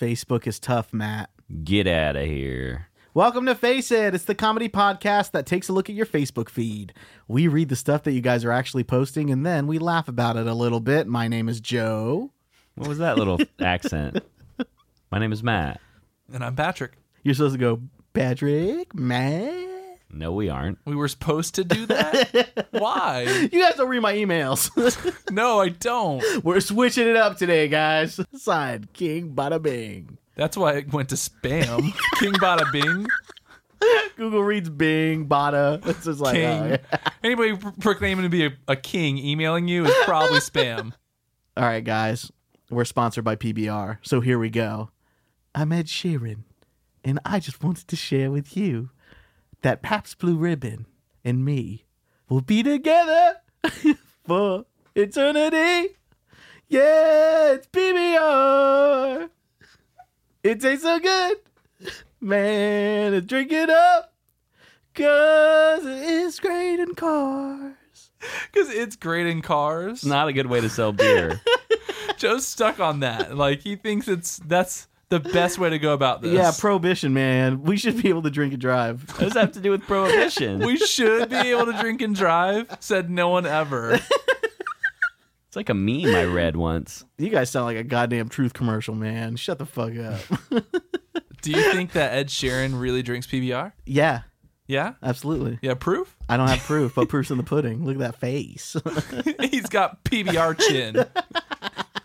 Facebook is tough, Matt. Get out of here. Welcome to Face It. It's the comedy podcast that takes a look at your Facebook feed. We read the stuff that you guys are actually posting and then we laugh about it a little bit. My name is Joe. What was that little accent? My name is Matt. And I'm Patrick. You're supposed to go, Patrick, Matt. No, we aren't. We were supposed to do that? Why? You guys don't read my emails. No, I don't. We're switching it up today, guys. Side King Bada Bing. That's why it went to spam. King Bada Bing. Google reads Bing, Bada. It's just like, oh, King. yeah. Anybody pr- proclaiming to be a, a king emailing you is probably spam. All right, guys, we're sponsored by PBR, so here we go. I'm Ed Sheeran, and I just wanted to share with you that Paps Blue Ribbon and me will be together for eternity. Yeah, it's PBR. It tastes so good. Man, I drink it up. Cause it's great in cars. Because it's great in cars. It's not a good way to sell beer. Joe's stuck on that. Like, he thinks it's that's the best way to go about this. Yeah, prohibition, man. We should be able to drink and drive. what does that have to do with prohibition? we should be able to drink and drive, said no one ever. it's like a meme I read once. You guys sound like a goddamn truth commercial, man. Shut the fuck up. Do you think that Ed Sheeran really drinks PBR? yeah, Yeah? absolutely. Yeah, proof? I don't have proof, but proof's in the pudding. Look at that face. He's got PBR chin.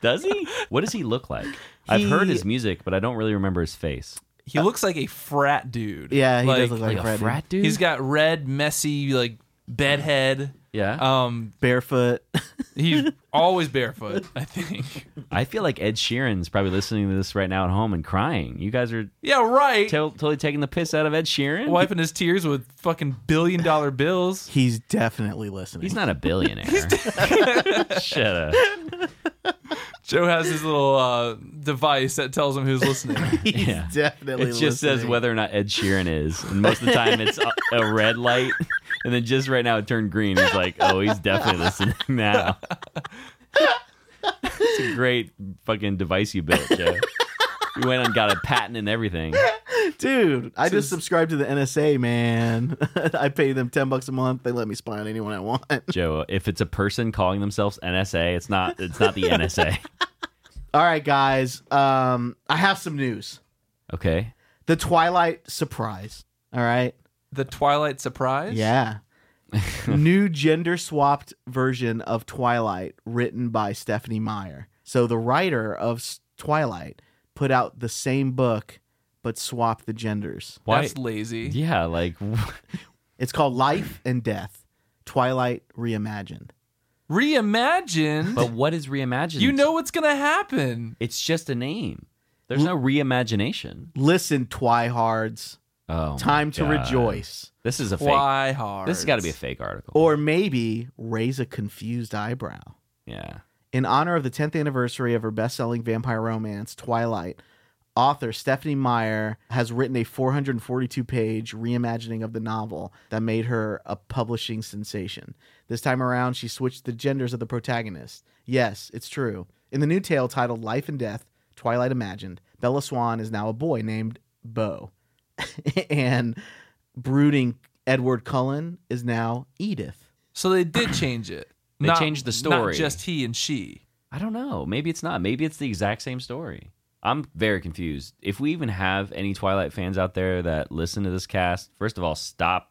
Does he? What does he look like? I've heard He- his music, but I don't really remember his face. He looks like a frat dude. yeah, he does look like, Like a Freddy. frat dude? He's got red, messy, like bedhead. yeah. Um, Barefoot. he's always barefoot. I think. I feel like Ed Sheeran's probably listening to this right now at home and crying. You guys are t- Yeah, right. totally taking the piss out of Ed Sheeran. Wiping his tears with fucking billion dollar bills. He's definitely listening. He's not a billionaire. Shut up. Joe has his little uh, device that tells him who's listening. He's Yeah. definitely It just says listening. whether or not Ed Sheeran is, and most of the time it's a, a red light, and then just right now it turned green. It's like, oh, he's definitely listening now. it's a great fucking device you built, Joe. You went and got a patent and everything. Dude, I just is- subscribed to the NSA, man. I pay them 10 bucks a month. They let me spy on anyone I want. Joe, if it's a person calling themselves NSA, it's not. It's not the NSA. All right, guys. Um, I have some news. Okay. The Twilight surprise. All right. the Twilight surprise. Yeah. New gender swapped version of Twilight written by Stephanie Meyer. So the writer of S- Twilight put out the same book but swapped the genders. Why? That's lazy. yeah, like It's called Life and Death. Twilight reimagined. Reimagine. But what is reimagined? you know what's gonna happen. it's just a name. There's no reimagination. Listen, Twihards, Oh, my time to God. rejoice. This is a fake. Why hard? This has got to be a fake article. Or maybe raise a confused eyebrow. yeah. In honor of the 10th anniversary of her best selling vampire romance, Twilight, author Stephanie Meyer has written a 442 page reimagining of the novel that made her a publishing sensation. This time around, she switched the genders of the protagonists. Yes, it's true. In the new tale titled Life and Death, Twilight Imagined, Bella Swan is now a boy named Beau. and brooding Edward Cullen is now Edith. So they did change it. They Not- changed the Not story. just he and she. I don't know. Maybe it's not. Maybe it's the exact same story. I'm very confused. If we even have any Twilight fans out there that listen to this cast, first of all, stop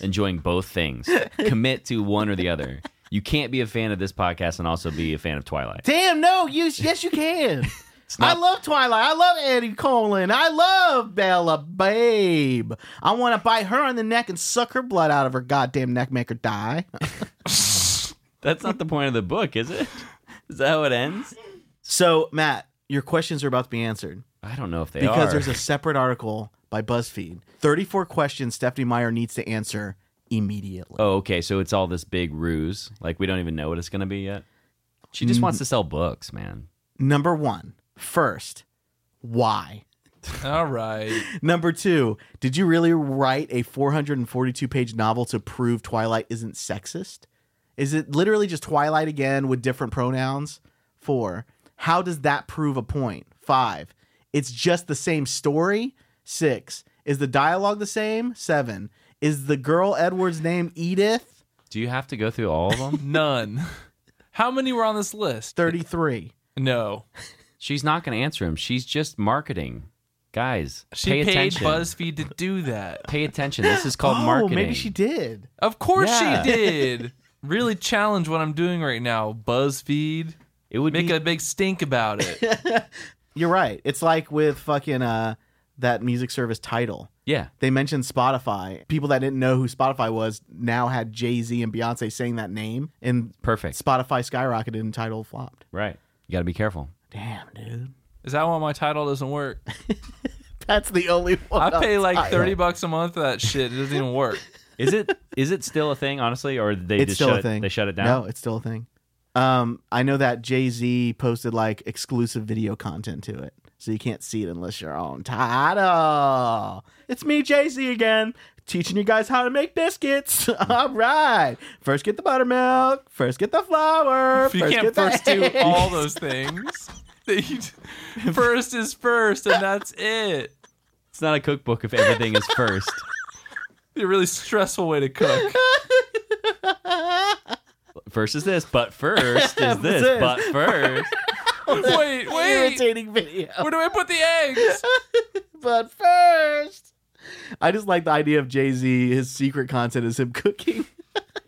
enjoying both things. Commit to one or the other. You can't be a fan of this podcast and also be a fan of Twilight. Damn, no, you yes you can. not- I love Twilight. I love Eddie Colin. I love Bella Babe. I want to bite her on the neck and suck her blood out of her goddamn neck, make her die. That's not the point of the book, is it? Is that how it ends? So, Matt, your questions are about to be answered I don't know if they because are. there's a separate article by BuzzFeed. 34 questions Stephanie Meyer needs to answer immediately. oh, okay. So it's all this big ruse. Like we don't even know what it's going to be yet. She Mm. just wants to sell books, man. Number one, first, why? All right. Number two, did you really write a 442 page novel to prove Twilight isn't sexist? Is it literally just Twilight again with different pronouns? Four, how does that prove a point? Five, It's just the same story. Six. Is the dialogue the same? Seven. Is the girl Edward's name Edith? Do you have to go through all of them? None. How many were on this list? 33. No. She's not going to answer him. She's just marketing. Guys, She pay paid attention. BuzzFeed to do that. Pay attention. This is called oh, marketing. maybe she did. Of course Yeah. she did. really challenge what I'm doing right now, BuzzFeed. It would Make be a big stink about it. You're right. It's like with fucking uh that music service title. yeah. They mentioned Spotify. People that didn't know who Spotify was now had Jay Z and Beyonce saying that name, and Perfect. Spotify skyrocketed and title flopped. Right. You got to be careful. Damn, dude. Is that why my title doesn't work? That's the only I one. pay on like title. thirty bucks a month for that shit. It doesn't even work. Is it is it still a thing? Honestly, or did they It's just still shut a thing. It, they shut it down? No, it's still a thing. Um, I know that Jay Z posted like exclusive video content to it, so you can't see it unless you're on title. It's me, Jay Z, again, teaching you guys how to make biscuits. All right, first get the buttermilk, first get the flour. If you first can't get the first do eggs. all those things, then you d- first is first, and that's it. It's not a cookbook if everything is first. A really stressful way to cook. First is this, but first is this, This. but first. Wait, wait. irritating video. Where do I put the eggs? But first, I just like the idea of Jay Z. His secret content is him cooking.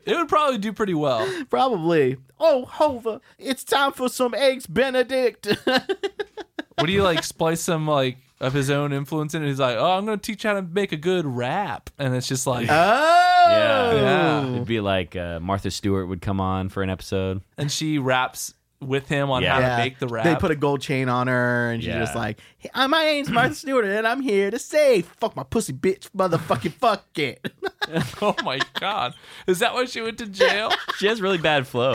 It would probably do pretty well. Probably. Oh, Hova, it's time for some eggs Benedict. What do you like? Splice some like of his own influence in. it? He's like, oh, I'm gonna teach you how to make a good rap, and it's just like, oh, Yeah. Yeah. It'd be like uh, Martha Stewart would come on for an episode. and she raps with him on Yeah. how Yeah. to make the rap. They put a gold chain on her, and she's Yeah. just like, "Hey, I- "My name's Martha Stewart, and I'm here to say, fuck my pussy, bitch, motherfucking fuck it." oh my god, is that why she went to jail? She has really bad flow.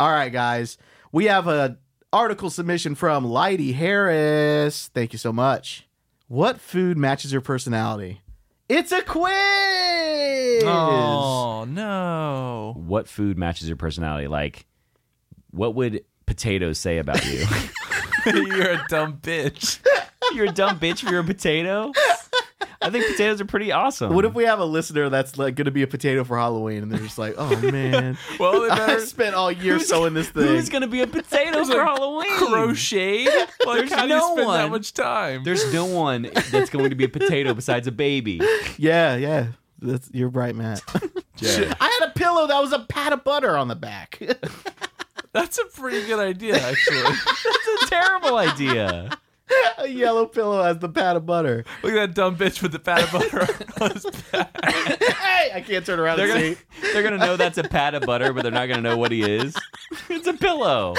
All right, guys, we have a article submission from Lighty Harris. Thank you so much. What food matches your personality? It's a quiz. Oh no. What food matches your personality? Like, what would potatoes say about you? You're a dumb bitch. you're a dumb bitch if you're a potato. I think potatoes are pretty awesome. What if we have a listener that's like going to be a potato for Halloween, and they're just like, "Oh man." Well, they I better spent all year Who's- sewing this thing. Who's gonna be a potato for like, Halloween? crochet. Like, There's how do you no spend that one. much time? There's no one that's going to be a potato besides a baby. Yeah, yeah. That's, you're right, Matt. I had a pillow that was a pat of butter on the back. That's a pretty good idea, actually. That's a terrible idea. a yellow pillow has the pat of butter. Look at that dumb bitch with the pat of butter on his back. hey, I can't turn around They're and gonna, see. they're gonna know that's a pat of butter, but they're not gonna know what he is. It's a pillow.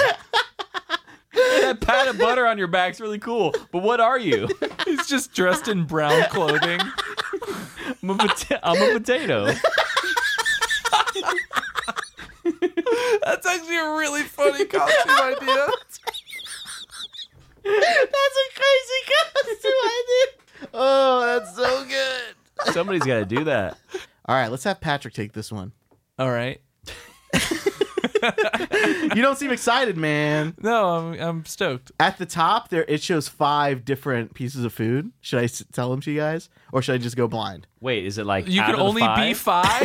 That pat of butter on your back's really cool, but what are you? He's just dressed in brown clothing. I'm a, pota- I'm a potato. That's actually a really funny costume idea. That's a crazy costume I did. Oh, that's so good. Somebody's gotta do that. All right, let's have Patrick take this one. All right. You don't seem excited, man. No, I'm I'm stoked. At the top, there it shows five different pieces of food. Should I s- tell them to you guys, or should I just go blind? Wait, is it like You out can of the only be five?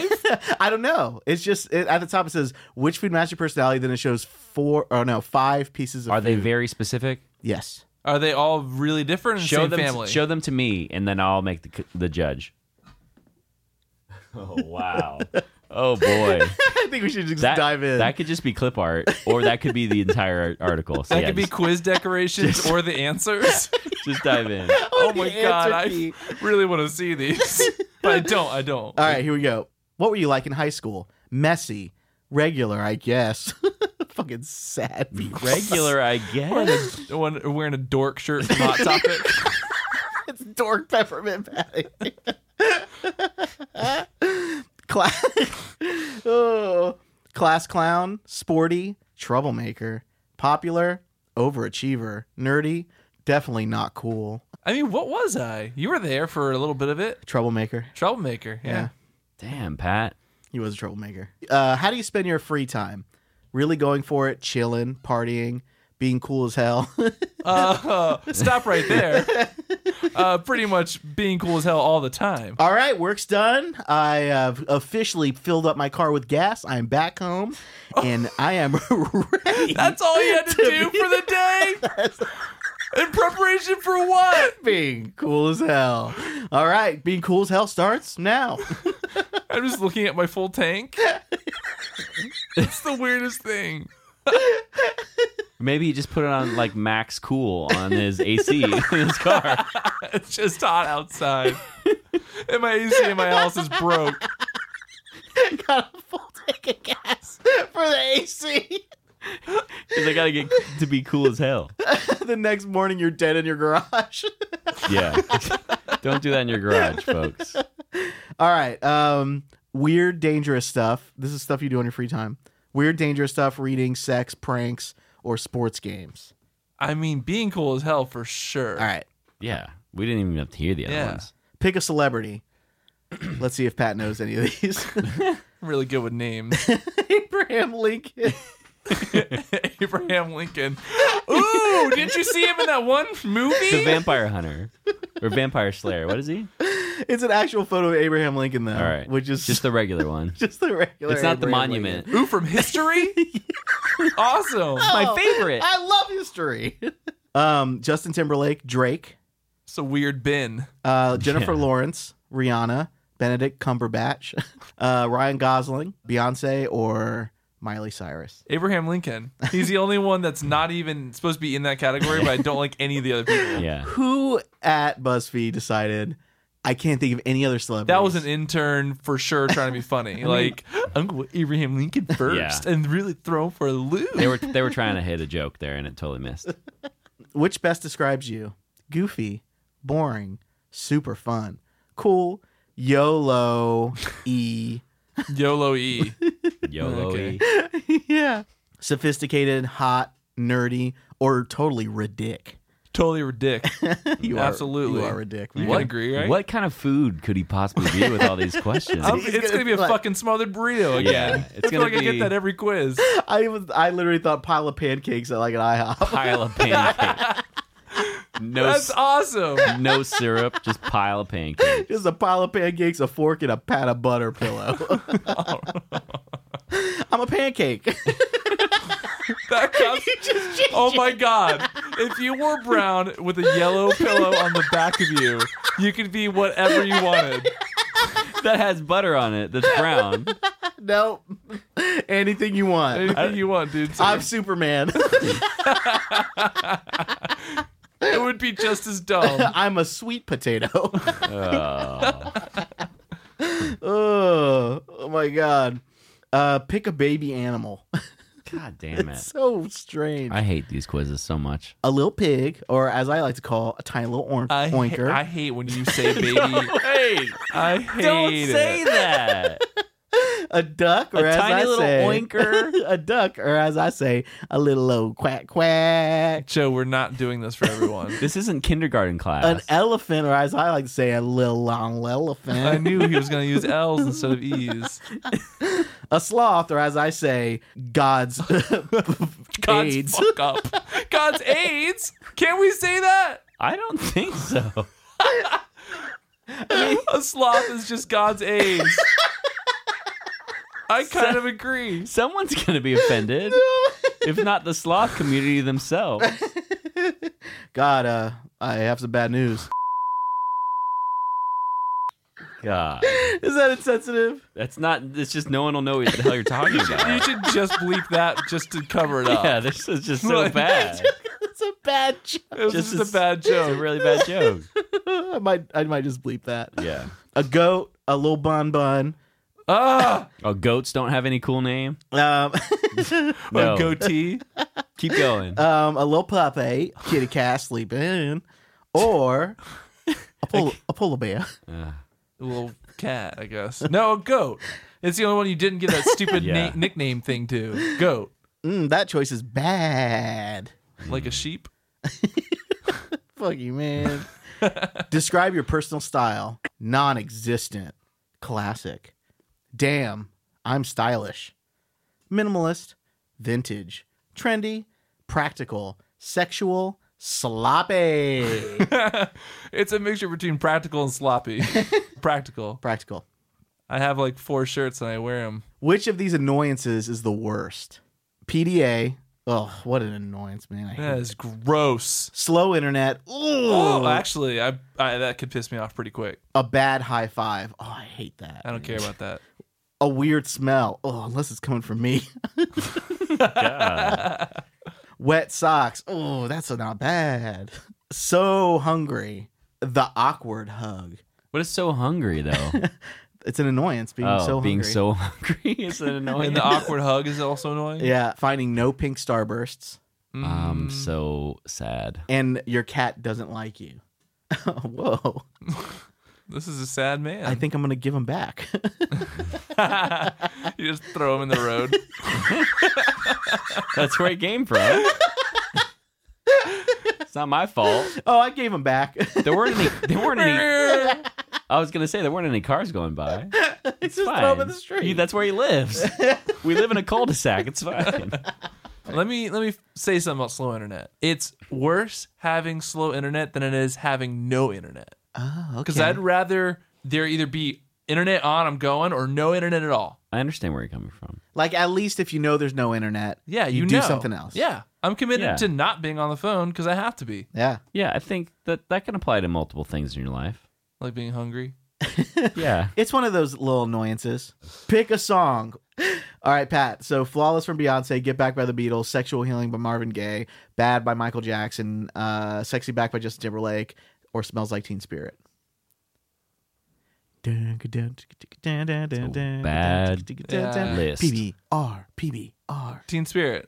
five. I don't know. It's just it, at the top it says which food matches your personality. Then it shows four or no five pieces of. Are they food. very specific? Yes. Are they all really different? In the show same them family. show them to me and then I'll make the c- the judge. Oh wow. Oh boy. I think we should just That dive in. that could just be clip art or that could be the entire article. So that yeah, could be just, quiz decorations or the answers. just dive in. oh my the god, answer I key. Uh, really want to see these, but I don't. I don't. All right, here we go. What were you like in high school? Messy, regular, I guess. Fucking sad. people. Regular, I guess. The one- wearing a dork shirt from Hot Topic. it's dork peppermint patty. Class. oh. Class clown, sporty, troublemaker, popular, overachiever, nerdy, definitely not cool. I mean, what was I? You were there for a little bit of it. Troublemaker. Troublemaker. Yeah. Yeah. Damn, Pat. He was a troublemaker. Uh, how do you spend your free time? Really going for it, chilling, partying, being cool as hell. Uh, stop right there. Uh, pretty much being cool as hell all the time. All right, work's done. I have officially filled up my car with gas. I'm back home, and I am ready. That's all you had To to do be- for the day. In preparation for what? being cool as hell. All right, being cool as hell starts now. I'm just looking at my full tank. It's the weirdest thing. Maybe he just put it on like max cool on his AC in his car. It's just hot outside. And my AC in my house is broke. Got a full tank of gas for the AC. 'Cause I gotta get to be cool as hell. the next morning, you're dead in your garage. Yeah. Don't do that in your garage, folks. All right, um, weird, dangerous stuff. This is stuff you do on your free time. Weird, dangerous stuff: reading, sex, pranks, or sports games. I mean, being cool as hell for sure. All right, Yeah. We didn't even have to hear the other Yeah. ones. pick a celebrity. Let's see if Pat knows any of these. I'm really good with names. Abraham Lincoln. Abraham Lincoln. Ooh, didn't you see him in that one movie? The Vampire Hunter. Or Vampire Slayer. What is he? It's an actual photo of Abraham Lincoln, though. All right. which is Just the regular one. just the regular. It's not the Abraham Lincoln. monument. Ooh, from history? awesome. My Oh, favorite. I love history. um, Justin Timberlake, Drake, It's a weird bin. uh, Jennifer Yeah. Lawrence, Rihanna, Benedict Cumberbatch, uh, Ryan Gosling, Beyonce, or Miley Cyrus. Abraham Lincoln. He's the only one that's not even supposed to be in that category, but I don't like any of the other people. Yeah. Who at BuzzFeed decided? I can't think of any other celebrities. That was an intern for sure trying to be funny. like, I'm going with Abraham Lincoln first and really throw him for a loop. They were they were trying to hit a joke there and it totally missed. Which best describes you? Goofy, boring, super fun, cool, YOLO, E. YOLO E. YOLO. Okay. yeah. Sophisticated, hot, nerdy, or totally ridic. Totally ridiculous. you Absolutely. Are, you are a dick, You man. can agree, right? What kind of food could he possibly be with all these questions? I'm- He's it's gonna, gonna be a be like- fucking smothered burrito again. Yeah, it's it's gonna like I be- get that every quiz. I was, I literally thought pile of pancakes at like an IHOP. pile of pancakes. No, That's s- awesome. no syrup, just pile of pancakes. Just a pile of pancakes, a fork, and a pat of butter pillow. I'm a pancake. That counts. oh my god! If you were brown with a yellow pillow on the back of you, you could be whatever you wanted. That has butter on it. That's brown. nope. Anything you want. Anything you want, dude. So I'm Superman. it would be just as dumb. I'm a sweet potato. Oh. oh, oh my god. Uh, pick a baby animal. God damn It's it! so strange. I hate these quizzes so much. a little pig, or as I like to call, a tiny little oink- I, ha- oinker. I hate when you say baby. Hey, I hate don't it. say that. a duck, or A as tiny I little say, oinker. a duck, or as I say, a little old quack quack. Joe, we're not doing this for everyone. This isn't kindergarten class. An e- elephant, or as I like to say, a little long I elephant. knew he was going to use L's instead of E's. a sloth, or as I say, God's, God's AIDS. fuck up. God's AIDS? Can we say that? I don't think so. A sloth is just God's AIDS. I kind of agree. Someone's gonna be offended, if not the sloth community themselves. God, uh, I have some bad news. God, Is that insensitive? that's not. It's just no one will know what the hell you're talking You about. should just bleep that just to cover it up. Yeah, this is just so Like- bad. it's a bad joke. it was just just, as- a bad It's a joke. really bad joke. I might, I might just bleep that. Yeah. A goat, a little bun bun. Ah, Oh, goats don't have any cool name. Um, No. a goatee. Keep going. um, a little puppy, kitty cat sleeping, or a, pol- a polar bear. Ugh. A little cat, I guess. No, a goat. It's the only one you didn't give that stupid Yeah. na- nickname thing to. Goat. Mm, that choice is bad. Like a sheep. Fuck you, man. Describe your personal style. Non-existent. Classic. Damn, I'm stylish. Minimalist. Vintage. Trendy. practical, sexual, sloppy. it's a mixture between practical and sloppy. practical. practical. I have like four shirts and I wear them. Which of these annoyances is the worst? PDA. Oh, what an annoyance, man. I hate That it. is gross. Slow internet. Ooh, Oh, actually, I, I that could piss me off pretty quick. a bad high five. Oh, I hate that. I don't care about that. A weird smell. Oh, unless it's coming from me. God. Wet socks. Oh, that's not bad. So hungry. The awkward hug. What is so hungry though? It's an annoyance being oh, so being hungry. so hungry is an annoying. And the awkward hug is also annoying. Oh, Mm, yeah, Um, finding no pink starbursts um I'm so sad. and your cat doesn't like you. Whoa. This is a sad man. I think I'm going to give him back. you just throw him in the road. That's where it came from. it's not my fault. oh, I gave him back. There weren't any. There weren't any. yeah, I was gonna say there weren't any cars going by. It's Just throw fine. 'em in the street. He- that's where he lives. we live in a cul-de-sac. It's fine. Let me let me say something about slow internet. It's worse having slow internet than it is having no internet. oh, okay. Because I'd rather there either be internet on, I'm going, or no internet at all. I understand where you're coming from. Like at least if you know there's no internet, Yeah, you, do know. something else. Yeah, I'm committed Yeah. to not being on the phone because I have to be, yeah. Yeah, I think that that can apply to multiple things in your life. like being hungry. Yeah. It's one of those little annoyances. Pick a song. All right, Pat. So flawless from Beyonce, Get Back by the Beatles, Sexual Healing by Marvin Gaye, Bad by Michael Jackson, uh, Sexy Back by Justin Timberlake, or Smells Like Teen Spirit. bad list. PBR, PBR. All Teen Spirit.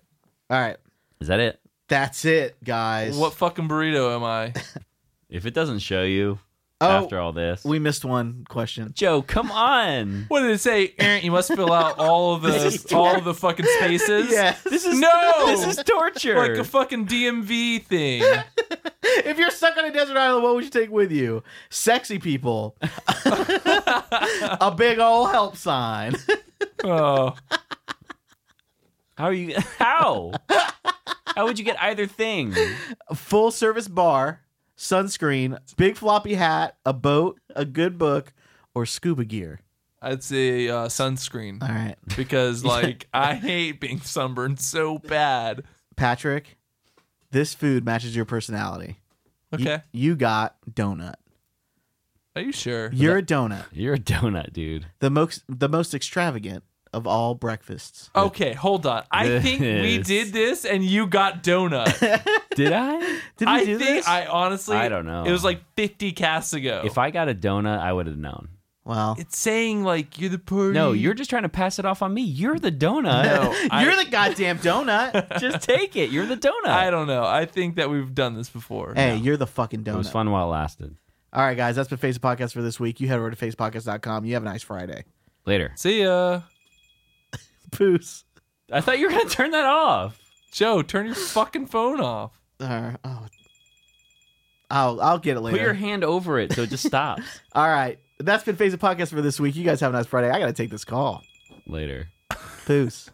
right. Is that it? That's it, guys. What fucking burrito am I? If it doesn't show you Oh, after all this, we missed one question. Joe, come on. What did it say? Eh, You must fill out all of the all of the fucking spaces. Yeah. This is No! This is torture. Like a fucking DMV thing. If you're stuck on a desert island, what would you take with you? Sexy people. a big old help sign. Oh, How are you? How? how would you get either thing? A full service bar, sunscreen, big floppy hat, a boat, a good book, or scuba gear. I'd say uh, sunscreen All right. because like I hate being sunburned so bad. Patrick, this food matches your personality. You- Okay, You, got donut. are you sure? You're a donut. You're a donut, dude. The most the most extravagant of all breakfasts. Okay, hold on. I think we This. did this, and you got donut. Did I? Did we I do think this? I honestly, I don't know. It was like 50 casts ago. If I got a donut, I would have known. well, it's saying like you're the party. No, you're just trying to pass it off on me. You're the donut. No, I- you're the goddamn donut. Just take it. You're the donut. I don't know. I think that we've done this before. hey, you're the fucking donut. it was fun while it lasted. All right, guys, that's been Face the Podcast for this week. You head over to facepodcast.com. You have a nice Friday. Later. See ya, Peace. I thought you were gonna turn that off. Joe. Turn your fucking phone off. Uh, oh. I'll, I'll get it Put your later. hand over it so it just stops. All right, that's been Face the Podcast for this week. You guys have a nice Friday. I got to take this call. Later. Peace.